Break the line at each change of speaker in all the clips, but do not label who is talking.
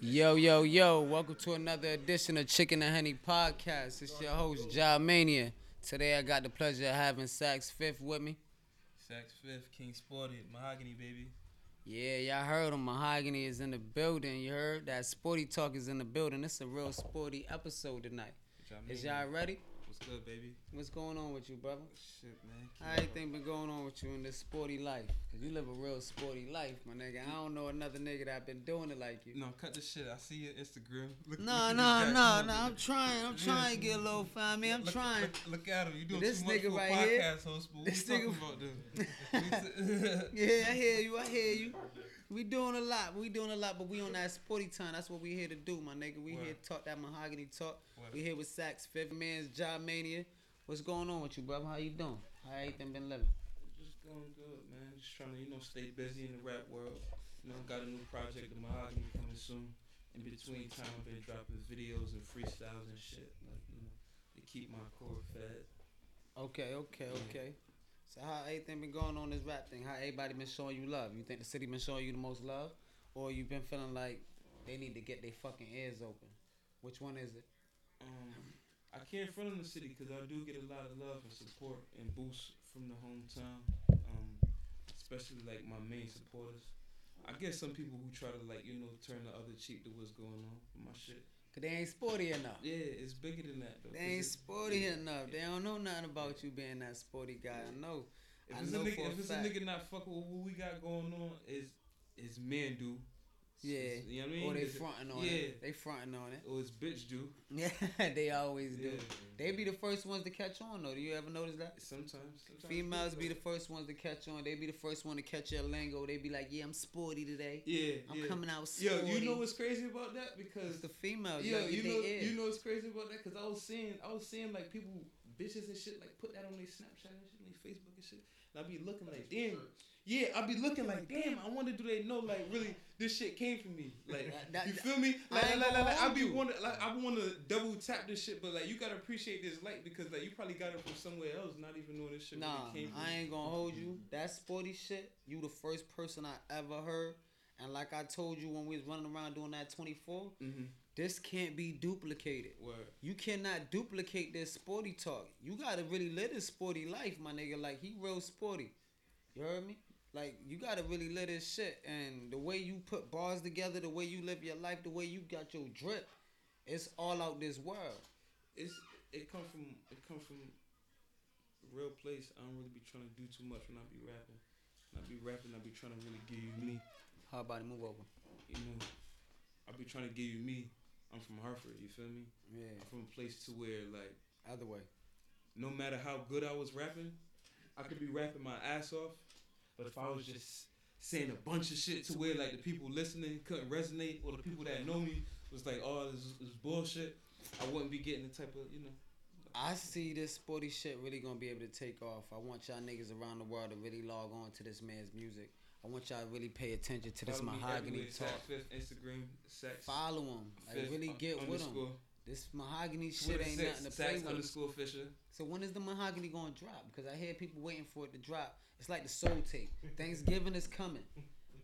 Yo, yo, yo, welcome to another edition of Chicken and Honey Podcast. It's your host, Ja Mania. Today I got the pleasure of having Sax Fifth with me.
Sax Fifth, King Sporty, Mahogany, baby.
Yeah, y'all heard him. Mahogany is in the building. You heard that sporty talk is in the building. It's a real sporty episode tonight.
Ja
Is
Mania.
y'all ready?
What's good, baby?
What's going on with you, brother?
Shit, man.
How everything been going on with you in this sporty life? Cause you live a real sporty life, my nigga. I don't know another nigga that been doing it like you.
No, cut the shit. I see your Instagram. Look,
No,
look
no,
at this
no,
guy. Come
no.
on,
I'm
nigga.
trying. I'm trying to get a little fine, man. I'm
Look-
trying.
Look, look at him. You doing
This
too much
nigga
for
right
a
here.
podcast host, boo. What
This
you
nigga-
talking about this?
Yeah, I hear you. I hear you. We doing a lot. We doing a lot, but we on that sporty time. That's what we here to do, my nigga. We here
Word.
to talk that mahogany talk.
Word.
We here with Sax Fifth Man's Job Mania. What's going on with you, brother? How you doing? How everything been living?
Just going good, man. Just trying to, you know, stay busy in the rap world. You know, got a new project, the Mahogany, coming soon. In between time, I've been dropping videos and freestyles and shit. Like, you know, to keep my core fed.
Okay, okay, okay. So how everything been going on this rap thing? How everybody been showing you love? You think the city been showing you the most love, or you been feeling like they need to get their fucking ears open? Which one is it?
um, I can't front on the city because I do get a lot of love and support and boost from the hometown, um, especially like my main supporters. I get some people who try to like you know turn the other cheek to what's going on with my shit.
Cause they ain't sporty enough.
Yeah, it's bigger than that though.
They
'cause
ain't
if-
sporty enough. They don't know nothing about you being that sporty guy. I know.
If
I
it's,
know
a,
for a
nigga, if it's a
fact.
nigga not fucking with what we got going on, is is men do. It's-
Yeah.
it's- you know what I mean?
Or they
It's-
fronting on
yeah.
it. They fronting on it.
Or it's bitch do.
Yeah, they always do.
Yeah.
They be the first ones to catch on though. Do you ever notice that?
sometimes, sometimes
Females be the first ones to catch on. They be the first one to catch your lingo. They be like, "Yeah, I'm sporty today.
yeah.
I'm
yeah.
coming out sporty."
Yo, you know what's crazy about that?
It's
Because
the females.
Yo,
y'all get
you
they
know,
ear.
you know what's crazy about that? Cause I was seeing, I was seeing like people, bitches and shit, like put that on their Snapchat and shit, on their Facebook and shit. And I be looking like, damn, yeah, I be looking like, damn, I wonder do they know like really this shit came from me, like
That-
you
that-
feel me?
I
Like,
ain't
like, like,
gonna
like, I
hold
be
you.
wonder, like I want to double tap this shit, but like you gotta appreciate this light because like you probably got it from somewhere else, not even knowing this shit
Nah,
really came from.
I ain't gonna hold you. That sporty shit, you the first person I ever heard. And like I told you when we was running around doing that 24,
Mm-hmm.
this can't be duplicated.
Word.
You cannot duplicate this sporty talk. You gotta really live this sporty life, my nigga. Like he real sporty. You heard me? Like you gotta really live this shit. And the way you put bars together, the way you live your life, the way you got your drip, it's all out this world.
it's it come from it come from a real place. I don't really be trying to do too much when I be rapping. When I be rapping, I be trying to really give you me.
How about it? Move over.
You know, I be trying to give you me. I'm from Hartford. You feel me?
Yeah.
I'm from a place to where like
Other way.
no matter how good I was rapping, I could be rapping my ass off, but if I was just saying a bunch of shit to where like the people listening couldn't resonate or the people that know me was like, oh, this is, this is bullshit. I wouldn't be getting the type of you know.
I see this sporty shit really gonna be able to take off. I want y'all niggas around the world to really log on to this man's music. I want y'all to really pay attention to this
Follow me
mahogany
everywhere,
talk.
Sax Fifth, Instagram, Sax
Follow him. Like
Fifth
really
un-
get with him.
underscore
This mahogany shit
Twitter
ain't
six,
nothing to
Sax
play with.
underscore Fisher.
So when is the mahogany gonna drop? Because I hear people waiting for it to drop. It's like the soul tape. Thanksgiving is coming.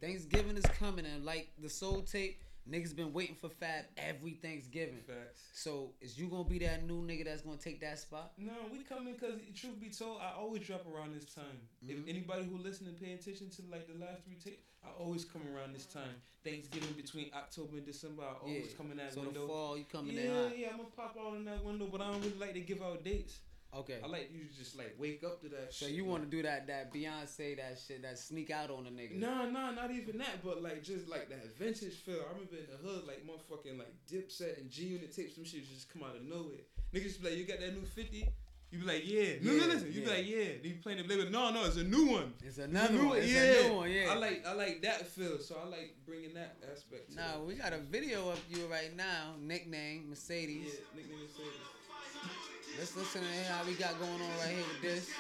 Thanksgiving is coming, and like the soul tape, niggas been waiting for Fab every Thanksgiving.
Facts.
So is you gonna be that new nigga that's gonna take that spot?
No, we coming because truth be told, I always drop around this time.
Mm-hmm.
If anybody who listening pay attention to like the last three tapes, I always come around this time. Thanksgiving between October and December, I always
Yeah.
come in that
So the
window.
fall, you coming
yeah,
in hot.
yeah, I'm gonna pop out in that window, but I don't really like to give out dates.
Okay.
I like you to just like wake up to that.
So
shit.
you want to do that that Beyonce that shit that sneak out on a nigga?
Nah, nah, not even that, but like just like that vintage feel. I remember in the hood, like motherfucking like Dipset and G Unit tapes, some shit just come out of nowhere. Niggas just be like, you got that new fifty? You be like, yeah. No,
Yeah,
no, listen. You
yeah.
be like, yeah. Then you playing the label. No, no, it's a new one.
It's
It's a
another
new
one. It's a new one. Yeah.
I like I like that feel, so I like bringing that aspect. To
Nah,
it.
we got a video of you right now. Nickname
yeah,
Mercedes.
nickname say this.
Let's listen to how we got going on right here with this.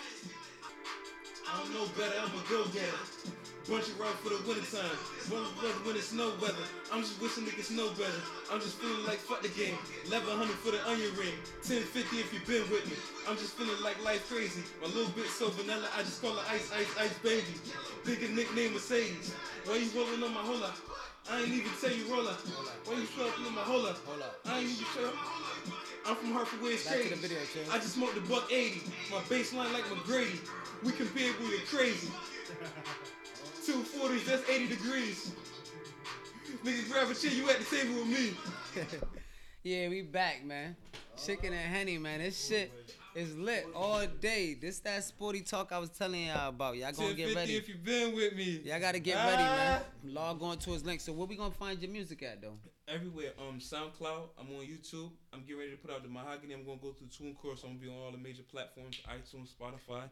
I don't know better. I'm a go getter. Bunch of rock for the winter time. Bunch of rock when it's snow weather. I'm just wishing niggas know better. I'm just feeling like fuck the game. 1100 for the onion ring. 1050 if you been with me. I'm just feeling like life crazy. My little bit so vanilla, I just call her ice, ice, ice baby. Biggest nickname Mercedes. Why you rolling on my hola? I ain't even tell you roller. Why you fucking on my hola?
Hold up.
I ain't even sure. I'm from Hartford, where it's
Back to
crazy.
the video, Chad.
I just smoked a buck 80. My baseline like McGrady. We comparable to crazy. 240s, that's 80 degrees. Nigga, grab a chair, you at the table with me.
yeah, we back, man. Chicken and honey, man. This shit is lit all day. This that sporty talk I was telling y'all about. Y'all gonna get
1050
ready.
if you been with me.
Y'all gotta get ready, man.
Ah.
Log on to his link. So where we gonna find your music at though?
Everywhere, um, SoundCloud. I'm on YouTube. I'm getting ready to put out the Mahogany. I'm gonna go through Tune Course. I'm gonna be on all the major platforms: iTunes, Spotify,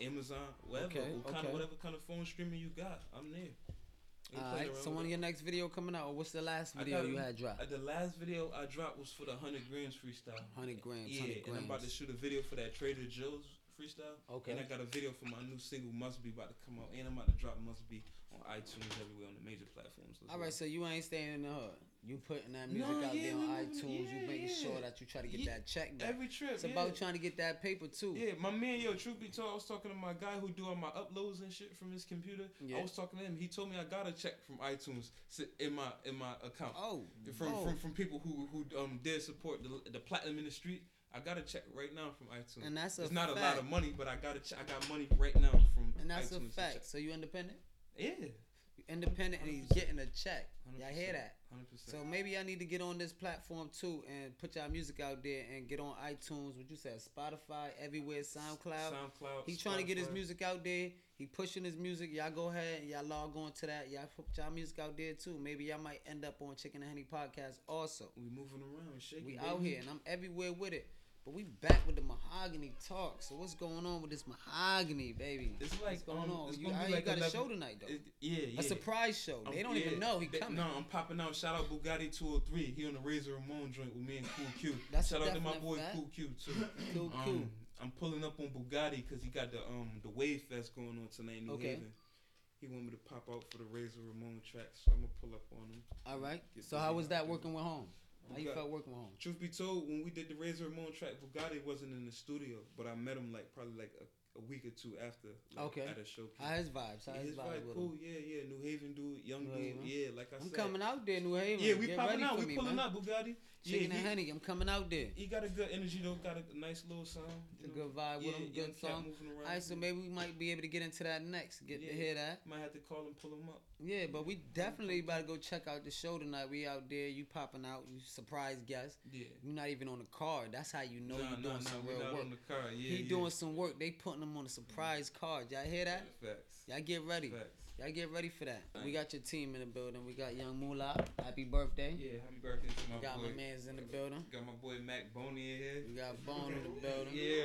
Amazon, whatever,
Okay,
what kind
okay.
of whatever kind of phone streaming you got. I'm there. Ain't
All
playing
right.
around
So
with
when
it.
your next video coming out, or what's the last
I
video
got
you
it.
had dropped?
Uh, the last video I dropped was for the hundred grams freestyle.
100 grams.
Yeah,
100
and I'm about to
grams.
shoot a video for that Trader Joe's freestyle.
Okay.
And I got a video for my new single Must Be about to come out, and I'm about to drop Must Be on iTunes everywhere on the major platforms. as
All
well.
right. So you ain't staying in the hood. You putting that music
No,
out
yeah,
there on
no, no,
iTunes. you
yeah,
making
yeah.
sure that you try to get
Yeah,
that check back.
Every trip.
it's
yeah.
about trying to get that paper too.
Yeah, my man, yo, truth be told, I was talking to my guy who do all my uploads and shit from his computer.
Yeah.
I was talking to him. He told me I got a check from iTunes si- in my in my account
Oh.
from,
oh.
from from people who who um did support the, the platinum in the street. I got a check right now from iTunes.
And that's a
it's not
fact.
a lot of money, but I got a check. I got money right now from
And that's
iTunes
a
to
fact. So you independent?
check. Yeah,
You independent and he's
100%.
getting a check. Y'all hear that?
Hundred percent.
So maybe I need to get on this platform too and put y'all music out there and get on iTunes. What you said, Spotify, everywhere, SoundCloud.
SoundCloud.
He trying to get his
Spotify.
music out there. He pushing his music. Y'all go ahead and y'all log on to that. Y'all put y'all music out there too. Maybe y'all might end up on Chicken and Honey podcast also.
We moving around, shaking.
We
baby.
out here and I'm everywhere with it. But we back with the mahogany talk. So what's going on with this mahogany, baby?
It's like
what's going
um,
on?
It's
you,
gonna
I-
be
you
like
got a
11
show tonight though.
It, yeah, yeah.
a surprise show. They
Um,
don't
yeah,
even know he
that-
coming.
No, I'm popping out. Shout out Bugatti 203. He on the Razor Ramon joint with me and Cool Q.
That's
Shout
a
out to my
definite
boy
fact.
Cool Q too.
Cool Q.
Um, I'm pulling up on Bugatti because he got the um the Wave Fest going on tonight in New
Okay.
Haven. He want me to pop out for the Razor Ramon track, so I'm gonna pull up on him.
All right.
Get
So
busy
how was
out
that
there.
working with home? How you
Okay.
felt working with home?
Truth be told, when we did the Razor Ramon track, Bugatti wasn't in the studio, but I met him like probably like a, a week or two after. Like,
Okay.
At a showcase.
How his vibes? How
Yeah,
his
his
vibes
vibe
with
cool,
him?
yeah, yeah. New Haven dude, young
New
dude,
Haven.
yeah. Like I
I'm
said,
coming out there, New Haven.
yeah, we
Get
popping
ready
out,
for
we
me,
pulling
man.
out, Bugatti. Yeah,
Chicken
he-
and honey, I'm coming out there.
He got a good energy though. Got a nice little sound. you
It's a
know.
good vibe with him.
young
Good
cat
song.
Moving around.
All right, so maybe we might be able to get into that next. Get
Yeah.
to hear that.
might have to call and pull him up.
Yeah, but we definitely about to go check out the show tonight. We out there. You popping out. You surprise guest.
Yeah.
you not even on the card. That's how you know
nah,
you're
nah,
doing
nah,
some
we
real
not
work.
on the car. Yeah,
he
yeah.
doing some work. They putting him on a surprise card. Y'all hear that?
Facts.
Y'all get ready.
Facts.
Y'all get ready for that. We
Thanks.
got your team in the building. We got Young Moolah. Happy birthday.
Yeah, happy birthday to my
We got
boy.
my man's in the building.
Got my boy Mac Boney in here.
We got Bone in the building.
Yeah.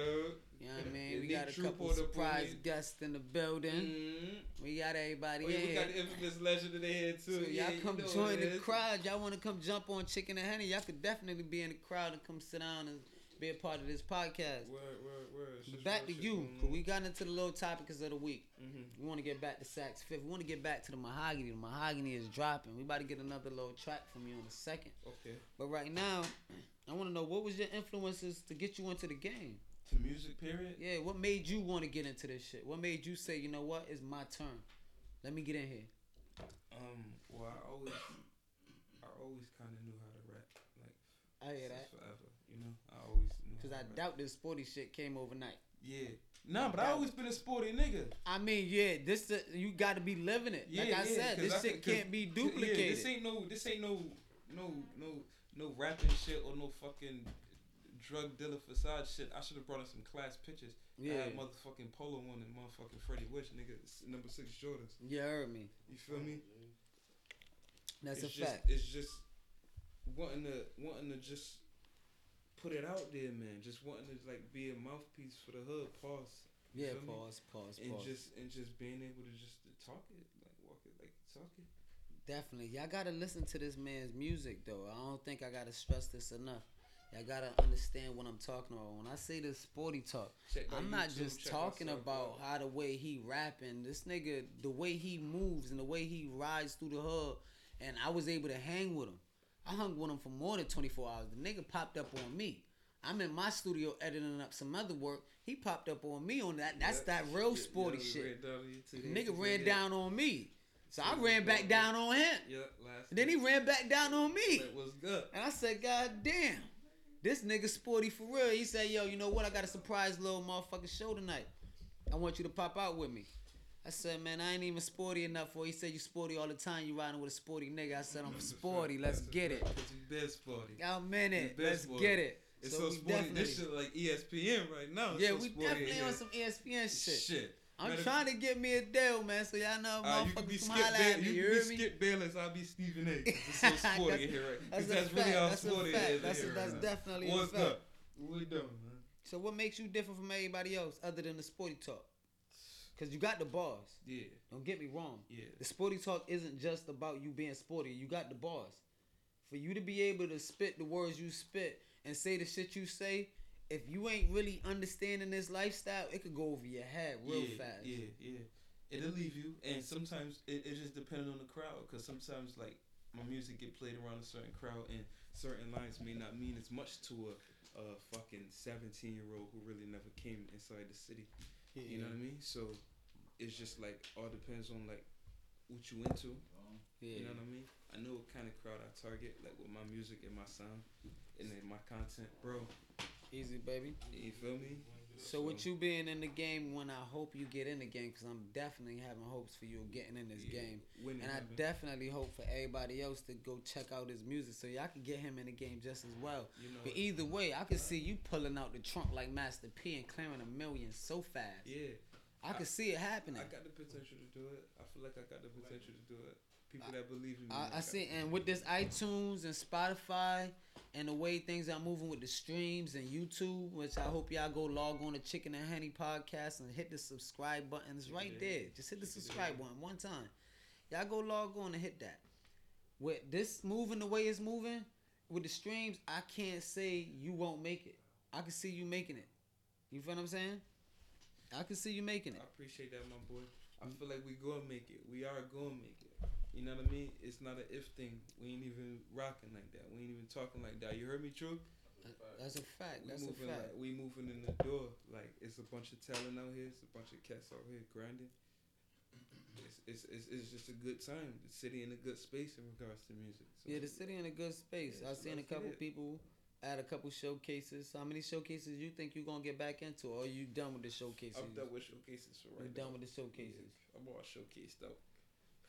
You know what I mean?
Yeah,
we
Nick
got a
Troop
couple
on the
surprise
board.
guests in the building.
Mm.
We got everybody
Oh, yeah,
in
we
here.
got the infamous legend in here too.
So y'all
yeah, you
come
know what
join
it
the
is.
crowd. Y'all want to come jump on Chicken and Honey? Y'all could definitely be in the crowd and come sit down and be a part of this podcast.
Word, word, word. It's
But
just
back
real
to
shit
you.
going
'cause
on.
We got into the little topics of the week.
Mhm.
We want to get back to Saks Fifth. We want to get back to the mahogany. The mahogany is dropping. We about to get another little track from you in a second.
Okay.
But right now, I want to know what was your influences to get you into the game?
To music, period.
Yeah, what made you want to get into this shit? What made you say, you know what, it's my turn? Let me get in here.
Um, well, I always, I always kind of knew how to rap, like
I hear
since
that.
forever. You know, I always knew.
Because
how
I
to rap.
doubt this sporty shit came overnight.
Yeah. Nah, but
doubt
I
it.
always been a sporty nigga.
I mean, yeah, this the- you got to be living it.
Yeah,
like I
yeah,
said,
'cause
this
I-
shit
'cause-
can't be
Yeah,
duplicated.
this ain't no, this ain't no, no, no, no rapping shit or no fucking drug dealer facade shit. I should have brought in some class pictures. Yeah. I
yeah,
had motherfucking polo on and motherfucking Freddie Witch, nigga, s- number six Jordans.
you heard me.
You feel me?
That's
it's
a
just,
fact.
It's just wanting to wanting to just put it out there, man. Just wanting to like be a mouthpiece for the hood. Pause. you
Yeah,
feel me?
pause, pause,
And
pause.
just and just being able to just to talk it, like walk it, like talk it.
Definitely. Y'all gotta listen to this man's music though. I don't think I gotta stress this enough. Y'all gotta understand what I'm talking about. When I say this sporty talk,
Check my
I'm not
YouTube,
just
check my
talking about
SoundCloud.
how the way he rapping. This nigga, the way he moves and the way he rides through the hub, and I was able to hang with him. I hung with him for more than 24 hours. The nigga popped up on me. I'm in my studio editing up some other work. He popped up on me on that. That's
Yep.
that real
Yeah,
sporty
yeah,
shit.
ran down here today,
Nigga
just
ran
like that.
down on me. So I
Yeah,
ran
yeah.
back down on him.
Yeah, last.
Then he
night.
ran back down on me.
That was good.
And I said, God damn, this nigga sporty for real. He said, Yo, you know what? I got a surprise little motherfucking show tonight. I want you to pop out with me. I said, man, I ain't even sporty enough for. it." He said, you sporty all the time. You riding with a sporty nigga. I said, I'm sporty. Let's get it.
Cause you been sporty.
I'm in it.
You best
Let's
sporty.
get it.
It's so,
we
sporty.
definitely-
This shit like E ESPN right now. It's
yeah,
so
we
sporty in
definitely
here.
on some E ESPN shit.
shit.
I'm
Matter-
trying to get me a deal, man. So y'all know,
Uh, you could be
motherfuckers come
Skip
holla at
Bayless.
me.
You
You,
could
hear
be
me?
Skip Bayless. I'll be Stephen A. It's so sporty in here, right?
That's
Because
a
that's really
fact.
how
That's a
sporty
fact.
it is.
That's a-
in here
that's
right
definitely
now.
a
What's
fact.
up? What we doing, man?
So what makes you different from everybody else other than the sporty talk? Cause you got the bars.
Yeah,
Don't get me wrong.
yeah.
The sporty talk isn't just about you being sporty. You got the bars. For you to be able to spit the words you spit and say the shit you say, if you ain't really understanding this lifestyle, it could go over your head real
yeah,
fast.
Yeah, yeah. It'll leave you, and sometimes it, it just depends on the crowd. Cause sometimes like my music get played around a certain crowd, and certain lines may not mean as much to a, a fucking seventeen year old who really never came inside the city. You know what I mean? So it's just like all depends on like what you into.
Yeah.
You know what I mean? I know what kind of crowd I target, like with my music and my sound and then my content, bro.
Easy, baby.
You feel me?
So with you being in the game, when I hope you get in the game, because I'm definitely having hopes for you getting in this
Yeah.
game.
When it
And I
happen.
definitely hope for everybody else to go check out his music so y'all can get him in the game just as well.
you know,
But e- either way, I could see you pulling out the trunk like Master P and clearing a million so fast.
yeah,
I could see it happening.
I got the potential to do it. I feel like I got the potential to do it. People that believe in me.
I, I
got-
see, and with this iTunes and Spotify and the way things are moving with the streams and YouTube, which I hope y'all go log on to Chicken and Honey podcast and hit the subscribe button. It's
Check it
right
out.
there. Just hit the
Check it
subscribe
out.
button one time. Y'all go log on and hit that. With this moving the way it's moving, with the streams, I can't say you won't make it. I can see you making it. You feel what I'm saying? I can see you making it.
I appreciate that, my boy. I
Mm.
feel like we gonna make it. We are gonna make it. You know what I mean? It's not an if thing. We ain't even rocking like that. We ain't even talking like that. You heard me, true?
That's a fact.
We
That's a
moving
fact.
like we moving in the door. Like it's a bunch of talent out here. It's a bunch of cats out here grinding. It's it's it's, it's just a good time. The city in a good space in regards to music. So
Yeah, the city in a good space.
Yeah,
I've
so
seen a
let's get
couple
it.
people at a couple showcases. How many showcases you think you're gonna get back into? Or are you done with the showcases?
I'm done with showcases for
You
right
done
now.
with the showcases.
Yeah, I'm all showcased out.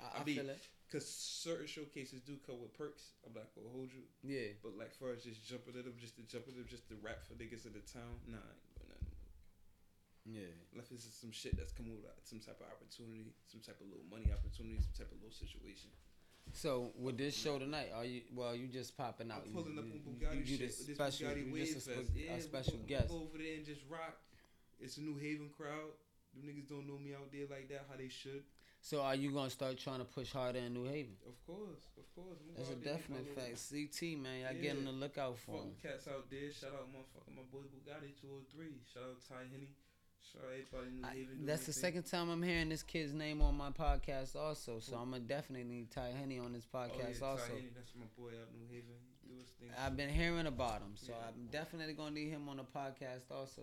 I, I,
I mean-
feel it.
Cause certain showcases do come with perks. I'm not gonna hold you.
Yeah.
But like far as just jumping at them, just to jump at them, just to rap for niggas in the town, nah, I ain't doing nothing.
Yeah.
Unless this is some shit that's come with uh, some type of opportunity, some type of little money opportunity, some type of little situation.
So with this show tonight, are you well you just popping out.
I'm
You-
pulling up
you- you-
on Bugatti
you
shit
just
with this
special,
Bugatti
you
Wave
just
Fest.
a, spe- a
yeah, we
special
go, we
guest.
Go over there and just rock. It's a New Haven crowd. Them niggas don't know me out there like that, how they should.
So are you gonna start trying to push harder in New Haven?
Of course, of course. Move
That's a
out there, get my
definite
little-
fact. CT man, y'all
Yeah.
get on the lookout for
Fuck
him.
with cats out there. Shout out motherfucker, my boy Bugatti 203. Shout out Ty Henny. Shout out everybody in New
I-
Haven. doing
that's the
their thing.
second time I'm hearing this kid's name on my podcast also. So I'm gonna definitely need Ty Henny on this podcast
Oh, Ty
also.
Henny, that's my boy out in New Haven. He do his thing.
I've been hearing about him, so
Yeah.
I'm definitely gonna need him on the podcast also.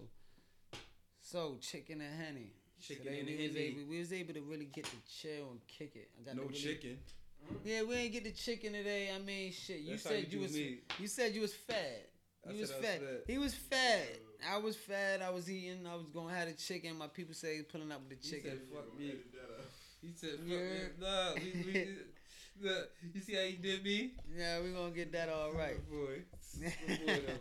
So chicken and honey.
Chicken
Today
and
we was
Henny.
able we was able to really get to chill and kick it. I got
no
to really-
chicken.
Yeah, we ain't get the chicken today. I mean, shit. You
That's how
said
you
you,
do
was
me.
you said you was fat.
I
You was
said I was
fat.
fat.
He was fat. I was fat. I was eating. I was gonna have the chicken. My people say pulling up with the
He
chicken.
said, fuck me. He said, fuck
Yeah.
me. Nah, we, we, look, you see how he did me?
Yeah, we gonna get that all right.
My boy. My boy, though, man.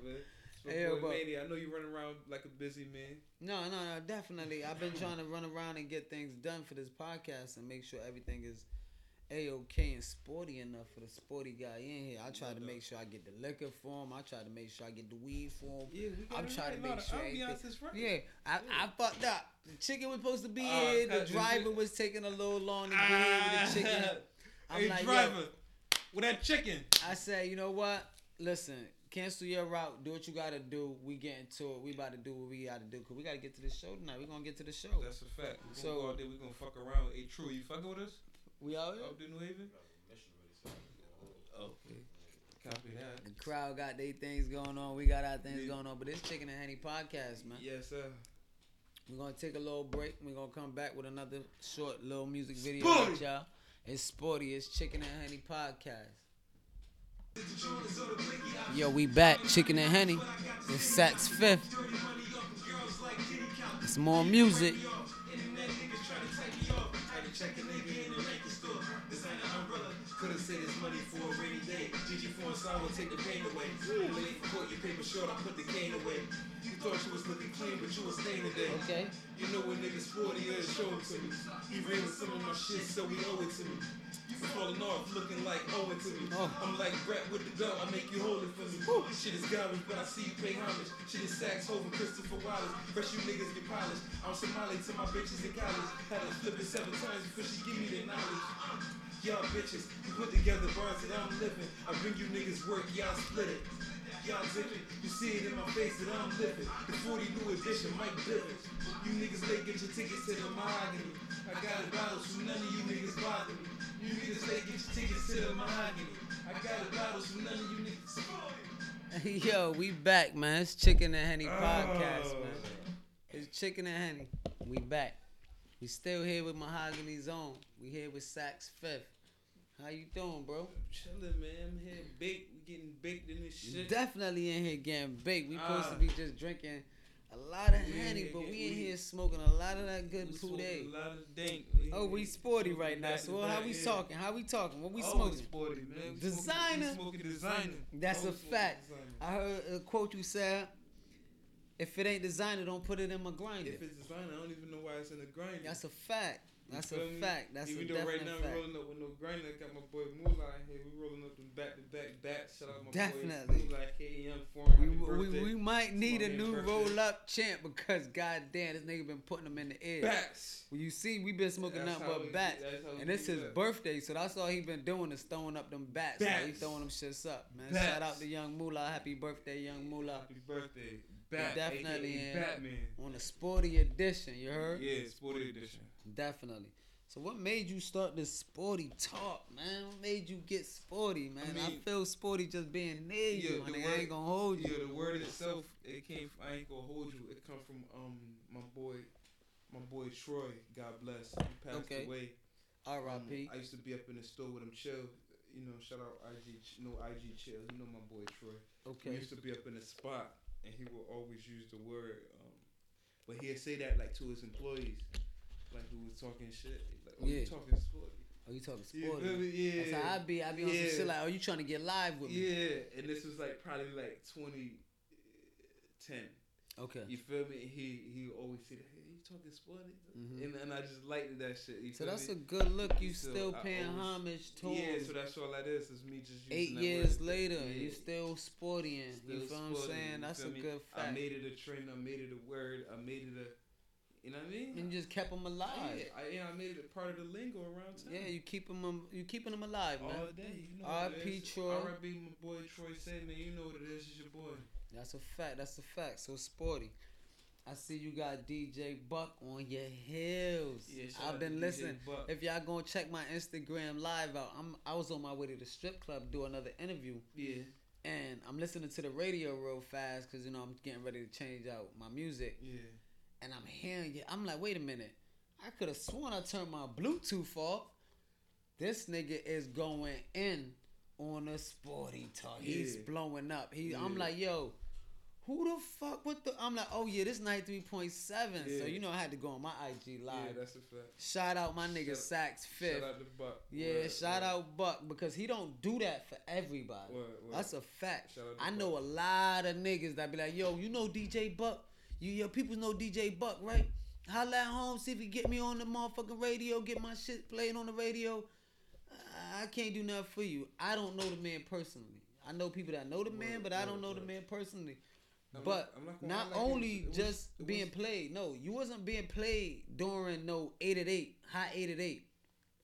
My
Yeah,
boy,
but-
Manny, I know you running around like a busy man.
No, no, no, definitely. I've been trying to run around and get things done for this podcast and make sure everything is a okay and sporty enough for the sporty guy in here. I try to make sure I get the liquor for him. I try to make sure I get the weed for him.
Yeah, we
I'm
it
trying to make
Now,
sure
The
everything-
ambiance is right.
Yeah, I, I fucked up. The chicken was supposed to be
Ah,
here. The
cut-
driver was taking a little long to get here
Ah,
with the chicken. I'm
hey,
like, yo.
driver, with that chicken.
I said, you know what? Listen, Cancel your route. Do what you gotta do. We get into it. We about to do what we gotta do. Cause we gotta get to the show tonight. We gonna get to the show.
That's a fact. We
So-
gonna go out there. We gonna fuck around. Hey, True, you fucking with us?
We out here.
Up to New Haven. Okay. Copy that.
The crowd got their things going on. We got our things
Yeah.
going on. But this chicken and honey podcast, man.
Yes, sir.
We're gonna take a little break. We're gonna come back with another short little music video,
Sporty.
with y'all. It's sporty. It's chicken and honey podcast. Yo, we back. Chicken and honey. It's Sats Fifth. It's more music.
Couldn't save this money for a rainy day. Gigi Fonsan will take the pain away. Ooh, late for court, you paper short, I put the cane away. You thought you was looking clean, but you was stained today.
Okay.
You know when niggas 40 is show it to me. He ran with some of my shit, so he owe it to me. You falling off looking like Owen to me.
Oh.
I'm like rap with the gun, I make you hold it for me. Shit is garbage, but I see you pay homage. Shit is Sax over Christopher Wallace. Fresh you niggas get polished. I'm Somali to my bitches in college. Had to flip it seven times before she give me the knowledge. Y'all bitches, you put together bars that I'm living. I bring you niggas work, y'all split it. Y'all zip it, you see it in my face that I'm living. The 40 new edition, Mike Bivens. You niggas late, get your tickets to the mahogany. I got a bottle, so none of you niggas bother me. You niggas late, get your tickets to the mahogany. I got a bottle, so none of you niggas.
Yo, we back, man. It's Chicken and Henny podcast,
Oh.
man. It's Chicken and Henny. We back. We still here with Mahogany Zone. We here with Saks Fifth. How you doing, bro?
Chillin', man. I'm here baked. We getting baked in this shit.
Definitely in here getting baked. We supposed to
Ah.
be just drinking a lot of
We in
honey,
here
but we in
getting-
here smoking a lot of that
We
good
smoking
poulet.
a lot of dank.
Oh, we sporty right now.
Back to
So how
back,
we
yeah. Oh,
talking? How we talking? What we
Always
smoking?
sporty, man. We smoking- we
Designer.
Smoking designer.
That's a
Always smoking
fact.
designer.
I heard a quote you said. If it ain't designer, don't put it in my grinder.
If it's designer, I don't even know why it's in the grinder.
That's a fact. That's a
feel me?
fact. That's
Even
a
though
definite
right now
fact.
we rolling up with no grinder, I got my boy Moolah in here. We rolling up them back to back bats. Shout out my
Definitely.
boy E Moolah, KM Foreign.
We,
Happy
we,
birthday.
we might need a
man's
new
birthday.
roll up chant because goddamn, this nigga been putting them in the air.
bats.
Well, you see, we been smoking
That's
nothing
how
but
we-
bats,
that's how we
and it's
do
his
that.
birthday, so that's all he been doing is throwing up them bats. Like, he
Bats.
throwing them shits up, man.
Bats.
Shout out to Young Moolah, happy birthday, Young Moolah,
Happy birthday. Bat,
Definitely,
AKA
yeah.
Batman.
on a sporty edition. You heard?
Yeah, sporty edition.
Definitely. So, what made you start this sporty talk, man? What made you get sporty, man? I,
mean-
feel sporty just being near you,
Yeah,
my
the
nigga. I
word-
ain't gonna hold you.
Yeah, the word itself, it came. From, I ain't gonna hold you. It come from um my boy, my boy Troy. God bless. He passed
Okay.
away.
R.I.P.
Um, I used to be up in the store with him, chill. You know, shout out IG, Ch- no IG chill. You know my boy Troy. We
okay.
used to be up in the spot, and he would always use the word, um, but he'd say that like to his employees, like who was talking shit. Like, oh,
Yeah.
you talking sporty?
Are Oh, you talking
You
sporty?
feel me? Yeah.
That's how I be. I be on some
Yeah.
shit like, "Are you trying to get live with me?"
yeah, and this was like probably like 2010.
Okay.
You feel me? He he would always say, that, "Hey, you talking sporty?"
Mhm.
And, and I just liked that shit. You
So
feel
that's
me?
a good look. You
So
still
I
paying
always-
homage to
yeah.
him.
So that's all that is. Is me just using
Eight
that
years
word.
later,
Yeah.
you still sportying. you
Still
feel what I'm
sporty,
saying?
you
That's a
feel me?
good
I
fact.
made it a trend. I made it a word. I made it a, you know what I mean?
And you just kept them alive.
Yeah, I, yeah, I made it part of the lingo around town.
Yeah, you keep them. You keeping them alive, man.
all day. You know
R.I.P. Troy.
R.I.P. My boy Troy said, man, you know what it is. It's your boy.
That's a fact. That's a fact. So sporty. I see you got DJ Buck on your heels.
Yeah, shout
I've
out
been
to DJ
listening.
Buck.
If y'all gonna check my Instagram live out, I'm I was on my way to the strip club do another interview.
Yeah,
and I'm listening to the radio real fast because you know I'm getting ready to change out my music,
yeah.
and I'm hearing it. I'm like, wait a minute, I could have sworn I turned my Bluetooth off. This nigga is going in on a sporty talk. He's
Yeah.
blowing up. He, I'm
Yeah.
like, yo, who the fuck? What the? I'm like, oh yeah, this 93.7.
Yeah.
So you know I had to go on my IG live.
Yeah, that's a fact.
Shout out my nigga
Shout-
Sax Fifth.
Shout out to Buck.
Yeah,
Word,
shout
word.
out Buck because he don't do that for everybody.
Word, word.
That's a fact.
Shout out to
I know a lot of niggas that be like, yo, you know DJ Buck? You your people know DJ Buck, right? Holla at home, see if you get me on the motherfucking radio, get my shit playing on the radio. I- I can't do nothing for you. I don't know the man personally. I know people that know the man,
Word,
but I don't
word,
know the
word.
man personally.
I'm
But
I'm gonna
not
lie, like, it was-
only
it was-
just
it was-
being played, no, you wasn't being played during no eight at eight, high eight at eight,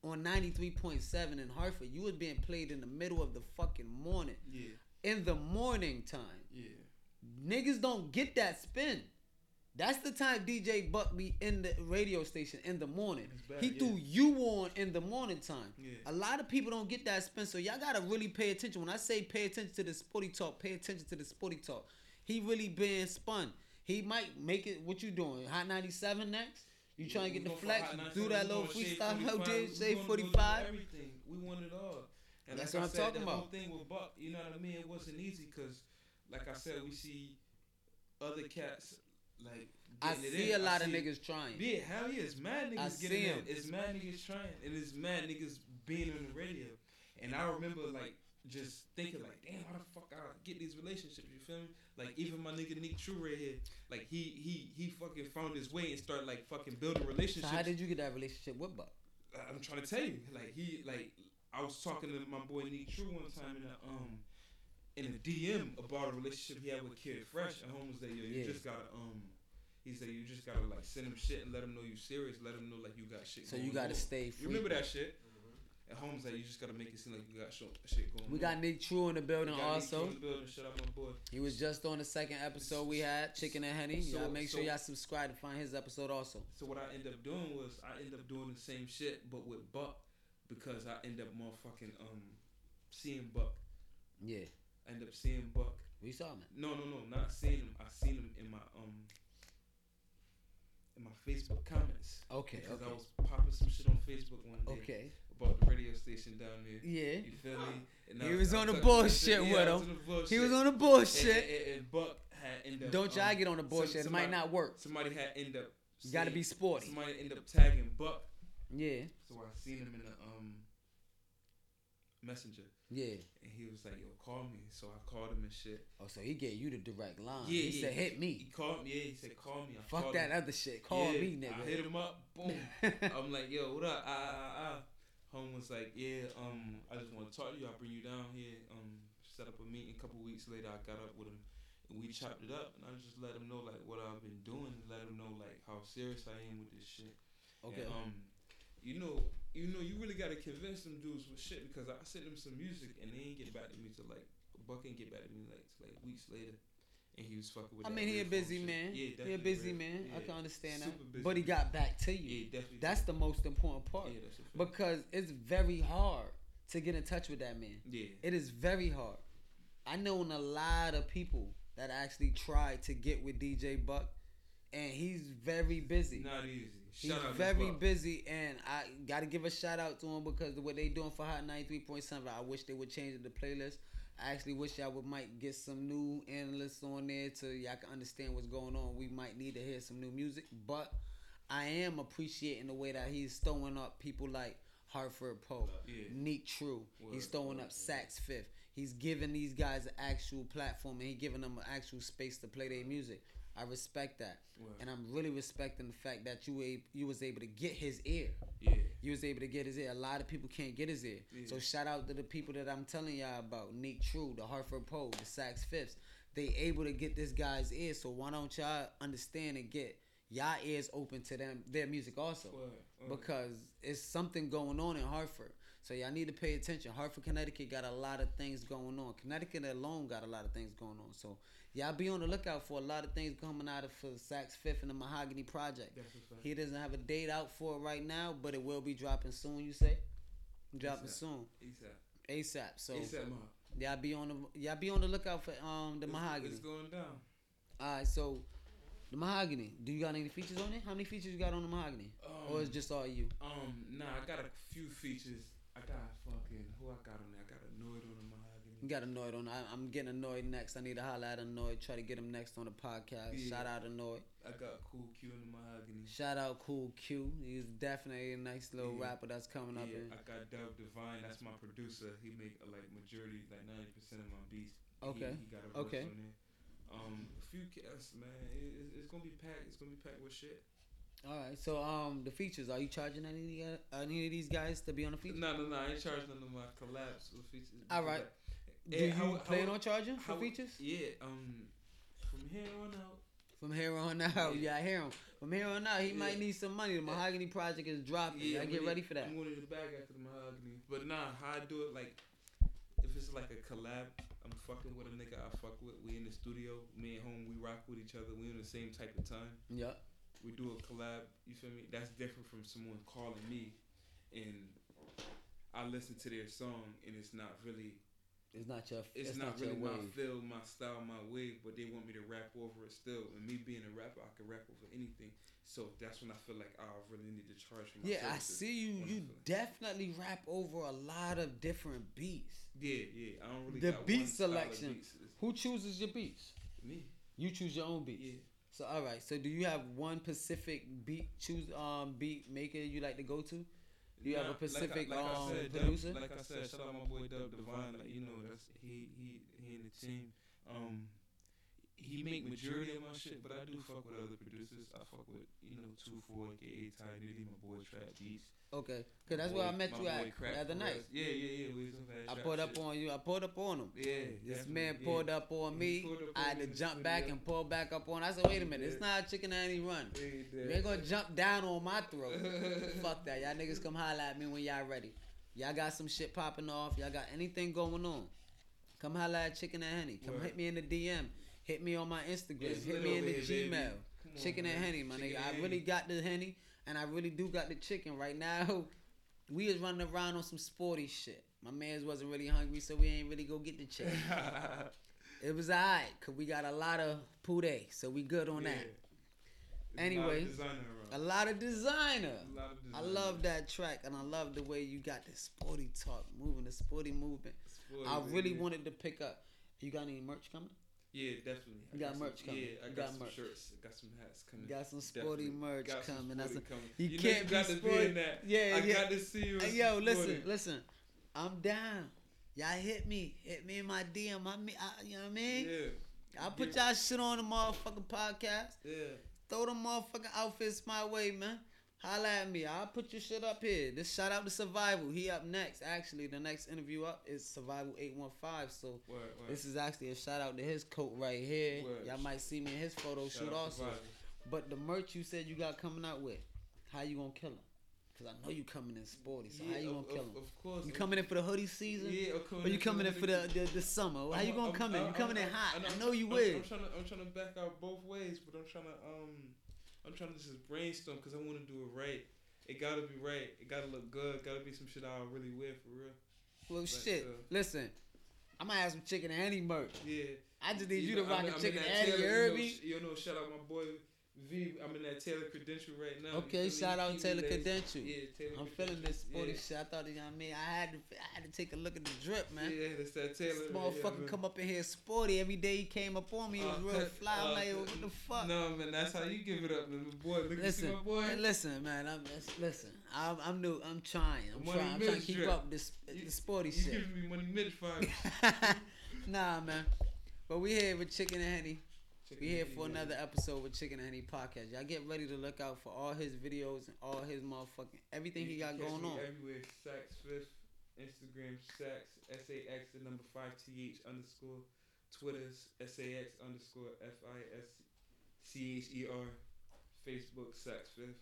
on ninety three point seven in Hartford. You was being played in the middle of the fucking morning.
Yeah,
in the morning time.
Yeah.
Niggas don't get that spin. That's the time DJ Buck be in the radio station in the morning.
It's bad,
he
yeah.
threw you on in the morning time.
Yeah.
A lot of people don't get that spin, so y'all gotta really pay attention. When I say pay attention to the sporty talk, pay attention to the sporty talk. He really been spun. He might make it. What you doing? Hot ninety seven next? You
Yeah,
trying
we
to get the
going for
flex?
hot nights,
Do
we
that
going
little
for shade
freestyle out
45,
there,
we
say
going- we
forty
going
five.
Everything we want it all. And
That's what
like I
I'm
said,
talking
that Whole
about.
thing with Buck, you know what I mean? It wasn't easy because, like I said, we see other cats like.
I
getting it
see a
in. I
lot of
see it.
niggas trying.
Yeah, hell yeah, it's mad
I
niggas
see
getting in.
'em.
It's mad niggas trying, and it's mad niggas being on the radio. And I remember like just thinking like, damn, how the fuck I get these relationships? You feel me? Like even my nigga Nick True right here, like he he he fucking found his way and started like fucking building
So
relationships.
how did you get that relationship with Buck?
I- I'm trying to tell you, like he like I was talking to my boy Nick True one time in a um in a DM about a relationship he had with Kid Fresh, and Holmes was like, yo, you
Yeah.
just gotta um. He said, "You just gotta like send him shit and let him know you serious. Let him know like you got shit."
So you
going
gotta
on.
stay
You
free.
remember that shit? At home's like you just gotta make it seem like you got sh- shit going.
We
on.
got Nick True in the
We
building
got Nick
also.
Jones building shit out my boy.
He was just on the second episode we had, Chicken and Honey.
So-
y'all make sure
so-
y'all subscribe to find his episode also.
So what I end up doing was I end up doing the same shit but with Buck because I end up motherfucking um seeing Buck.
Yeah,
I end up seeing Buck.
we saw him.
No, no, no, not seeing him. I seen him in my um in my Facebook comments.
Okay,
Because I
okay,
was popping some shit on Facebook one day
okay.
about the radio station down there.
Yeah,
You feel me? And
He
I
was
I
on the
talked about
bullshit
shit.
with
I
him.
on the bullshit.
he was on the
And,
bullshit.
and, and Buck had ended up.
Don't y'all
um,
get on the bullshit. It might
somebody-
not work.
Somebody had end up.
You gotta be
saying-
sporty.
Somebody end up tagging Buck,
Yeah,
so I seen him in the um messenger,
yeah.
and he was like, "Yo, call me." So I called him and shit.
Oh, so he gave you the direct line.
Yeah,
he
yeah.
said, "Hit
He
me."
called me. Yeah, he said, "Call me." I
Fuck
called
that
Him.
other shit. Call
Yeah,
me,
I hit
nigga.
him up. Boom. I'm like, "Yo, what up?" Ah, ah, ah. Home was like, "Yeah, um, I just want to talk to you. I will bring you down here. Um, set up a meeting." A couple weeks later, I got up with him. And we chopped it up, and I just let him know like what I've been doing, and let him know like how serious I am with this shit.
okay.
And, um, you know, you know, you really gotta convince them dudes with shit because I sent them some music and they ain't get back to me till like Buck ain't get back to me like till, like weeks later, and he was fucking with.
I
that
mean, he a
Redphone
busy
shit.
man.
Yeah,
he a
definitely
busy
Red-
man. I
yeah.
can understand
Super
that.
busy
But he
man.
got back to you.
Yeah, definitely.
That's the most important part.
yeah, that's a fact.
because it's very hard to get in touch with that man.
yeah,
It is very hard. I known a lot of people that actually tried to get with DJ Buck, and he's very busy.
not easy.
he's
Shout out to
very
Buck.
busy, and I gotta give a shout out to him because what they doing for Hot ninety three point seven. I wish they would change the playlist. I actually wish y'all would might get some new analysts on there to y'all can understand what's going on. We might need to hear some new music, but I am appreciating the way that he's throwing up people like Hartford Pope,
Yeah.
Neek True. he's
Word,
throwing
word,
up
word.
Saks Fifth. He's giving these guys an actual platform and he giving them an actual space to play their music. I respect that,
Word.
and I'm really respecting the fact that you a- you was able to get his ear.
Yeah,
You was able to get his ear. A lot of people can't get his ear.
Yeah.
So shout out to the people that I'm telling y'all about: Neek True, the Hartford Poe, the Saks Fifths. They able to get this guy's ear. So why don't y'all understand and get y'all ears open to them their music also?
Word, word.
because it's something going on in Hartford. So y'all need to pay attention. Hartford, Connecticut got a lot of things going on. Connecticut alone got a lot of things going on. So y'all be on the lookout for a lot of things coming out of for Saks Fifth and the Mahogany Project.
that's a fact.
He doesn't have a date out for it right now, but it will be dropping soon. You say, dropping
ASAP.
soon,
ASAP,
ASAP. So
ASAP, Ma.
y'all be on the y'all be on the lookout for um the
It's-
Mahogany.
It's going down.
All right, so the Mahogany. Do you got any features on it? How many features you got on the Mahogany, or it's
Um,
just all you?
Um, nah, I got a few features. I got fucking who I got on there. I got annoyed on the mahogany.
You got annoyed on. I, I'm getting annoyed next. I need to holler at annoyed. Try to get him next on the podcast.
Yeah.
Shout out annoyed.
I got cool Q on the mahogany.
Shout out Cool Q. He's definitely a nice little
Yeah.
rapper that's coming up.
Yeah,
In.
I got Dub Divine. That's my producer. He make uh, like majority, like ninety percent of my beats. He-
Okay.
He, got a verse
Okay.
on there. Um, a few cats, man. It, it's- it's gonna be packed. It's gonna be packed with shit.
All right. So um, the features. Are you charging any of the guy- any of these guys to be on the feature?
No, no, no. I ain't charging none of my collabs with features.
All right.
Yeah,
Do Eh, you
how-
plan
how-
on charging for
how-
features?
Yeah. Um, from here on out.
From here on out, yeah,
Yeah.
I hear him. From here on out, he might
Yeah.
need some money. The Mahogany Project is dropping.
Yeah, Mm.
Y'all
I'm
get
gonna-
ready for that.
I'm going to the bag after the mahogany. But nah, how I do it, like, if it's like a collab, I'm fucking with a nigga I fuck with. We in the studio, me and home, we rock with each other. We on the same type of time.
Yep.
We do a collab. You feel me? That's different from someone calling me, and I listen to their song, and it's not really,
It's not your.
it's, not, really my feel, my style, my way. But they want me to rap over it still. And me being a rapper, I can rap over anything. So that's when I feel like I really need to charge for my
Yeah, I
services.
see you.
when I
You
feel it.
definitely rap over a lot of different beats.
Yeah, yeah. I don't really.
The
got
beat
one style of
selection.
beats. It's
Who chooses your beats?
me.
You choose your own beats.
Yeah.
So all right. So do you have one specific beat choose um beat maker you like to go to? Do you have a
Nah,
specific,
like I, like
um,
I said, Dub-
producer?
like I said, shout out my boy Dub Divine. Like you know, that's he he he and the team. Um, he make majority of my shit, but I do fuck with other producers. I fuck with you know Two Four, aka Ty Nitty, my boy Trap Beats.
Okay, cause
my
that's where I
boy-
met
my
you
boy
at
Crack
the other
Perez.
night.
Yeah, yeah, yeah. We was over at
I
Trap
pulled up
shit.
on you. I pulled up on him.
Yeah,
This
definitely,
man
yeah.
pulled up on
He
me.
pulled up
I
on
had
me
to
in the
jump back
studio.
and pull back up on. I said, wait a minute,
Yeah.
it's not a chicken and any run.
Yeah,
You ain't gonna jump down on my throat. Fuck that. Y'all niggas come holla at me when y'all ready. Y'all got some shit popping off. Y'all got anything going on. Come holla at Chicken and Henny. Come
Word.
hit me in the DM. Hit me on my Instagram.
It's
hit
lit
me in the
over here, baby.
Gmail.
Come on,
Chicken and
man.
Henny, my
Chicken
nigga.
and
I
Henny.
really got the Henny and I really do got the chicken right now. We is running around on some sporty shit. My mans wasn't really hungry, so we ain't really go get the chicken. It was alright, cause we got a lot of poulet, so we good on
Yeah.
that.
It's
Anyways,
a lot of designer
A lot
around.
of designer.
A lot of
I
designer.
love that track, and I love the way you got the sporty talk moving, the sporty movement.
Spoiled,
I really
baby.
wanted to pick up. You got any merch coming?
Yeah, definitely.
You got merch
some,
coming.
Yeah, I
You
got,
got
some
merch.
shirts. I got some hats coming.
Got some sporty merch
Got some
coming. That's
sporty
a-
coming.
you
know
can't be
got to
sporty.
be in that.
Yeah,
I
yeah.
got to see you. in
Hey, yo,
some
listen,
sporty.
listen. I'm down. Y'all hit me. Hit me in my DM. I mean, I, you know what I mean? I'll put y'all shit on the motherfucking podcast.
Yeah, yeah.
Throw the motherfucking outfits my way, man. Holla at me. I'll put your shit up here. This shout out to Survival. He up next. Actually, the next interview up is Survival 815. So
Word, word.
this is actually a shout out to his coat right here.
Word.
Y'all might see me in his photo
Shout
shoot
out
also.
Survivor.
But the merch you said you got coming out with, how you gonna kill him? Cause I know you coming in sporty. So how
Yeah,
you
of-
gonna kill
of-
him?
Of course.
You
of-
coming in for the hoodie season?
Yeah, of course.
Or you coming in for the the, the summer? How you
I'm-
gonna
I'm-
come in? You
I'm-
coming in
I'm-
hot?
I'm-
I know you
I'm-
will.
I'm trying to I'm trying to back out both ways, but I'm trying to um I'm trying to just brainstorm because I want to do it right. It gotta be right. It gotta look good. Gotta be some shit I'll really wear for real.
Well,
but,
shit.
uh,
Listen, I might have some chicken and honey merch.
Yeah.
I just need you,
know,
to rock
I'm-
a
I'm in
chicken
that
and honey,
Taylor-
you
you
heard
know,
me?
sh- You know, shout out my boy V. I'm in that Taylor credential right now. you
Okay,
feel me?
shout out
He
Taylor
relates-
Credential.
Yeah, Taylor
I'm feeling this sporty
yeah.
shit. I thought you know what I mean. I had to, I had to take a look at the drip, man.
Yeah, that's that
This
Taylor. yeah,
motherfucker
man.
come up in here sporty every day. He came up on me. He was
Uh,
real fly. I'm
uh,
like, yo, what the fuck?
No, man, that's how you give it up, man. Boy, look at
Listen,
you, my boy.
man, listen, man. I'm that's- listen. I'm, I'm new. I'm trying. I'm
Money
trying. I'm trying to
Mitch
keep
drip.
up this
You-
the sporty
You
shit.
giving me money mid five.
nah, man. But we here with Chicken and Henny. We here for another episode with Chicken and Henny podcast. Y'all get ready to look out for all his videos and all his motherfucking everything he got going on.
Everywhere, Sax Fifth, Instagram Sax S A X the number five T H underscore, Twitter's S A X underscore F I S C H E R, Facebook Sax Fifth.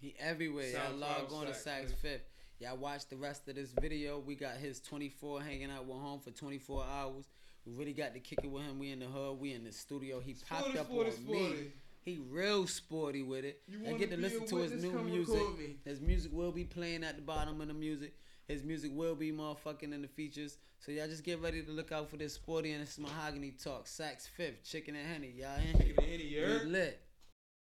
He everywhere. Y'all
SoundCloud,
log on to
Saks
Saks
Fifth.
Fifth. Y'all watch the rest of this video. We got his 24 hanging out with home for 24 hours. We really got to kick it with him. We in the hood. We in the studio. He popped
Sporty,
up on
sporty,
me.
sporty.
He real sporty with it.
You
and
wanna
get to
be
listen
a
to his
witness?
new
Come
music.
record me.
His music will be playing at the bottom of the music. His music will be motherfucking in the features. So y'all just get ready to look out for this sporty and this mahogany talk. Sax fifth, chicken and honey. Y'all in
Chicken
here.
and Henny, you
We
heard?
lit.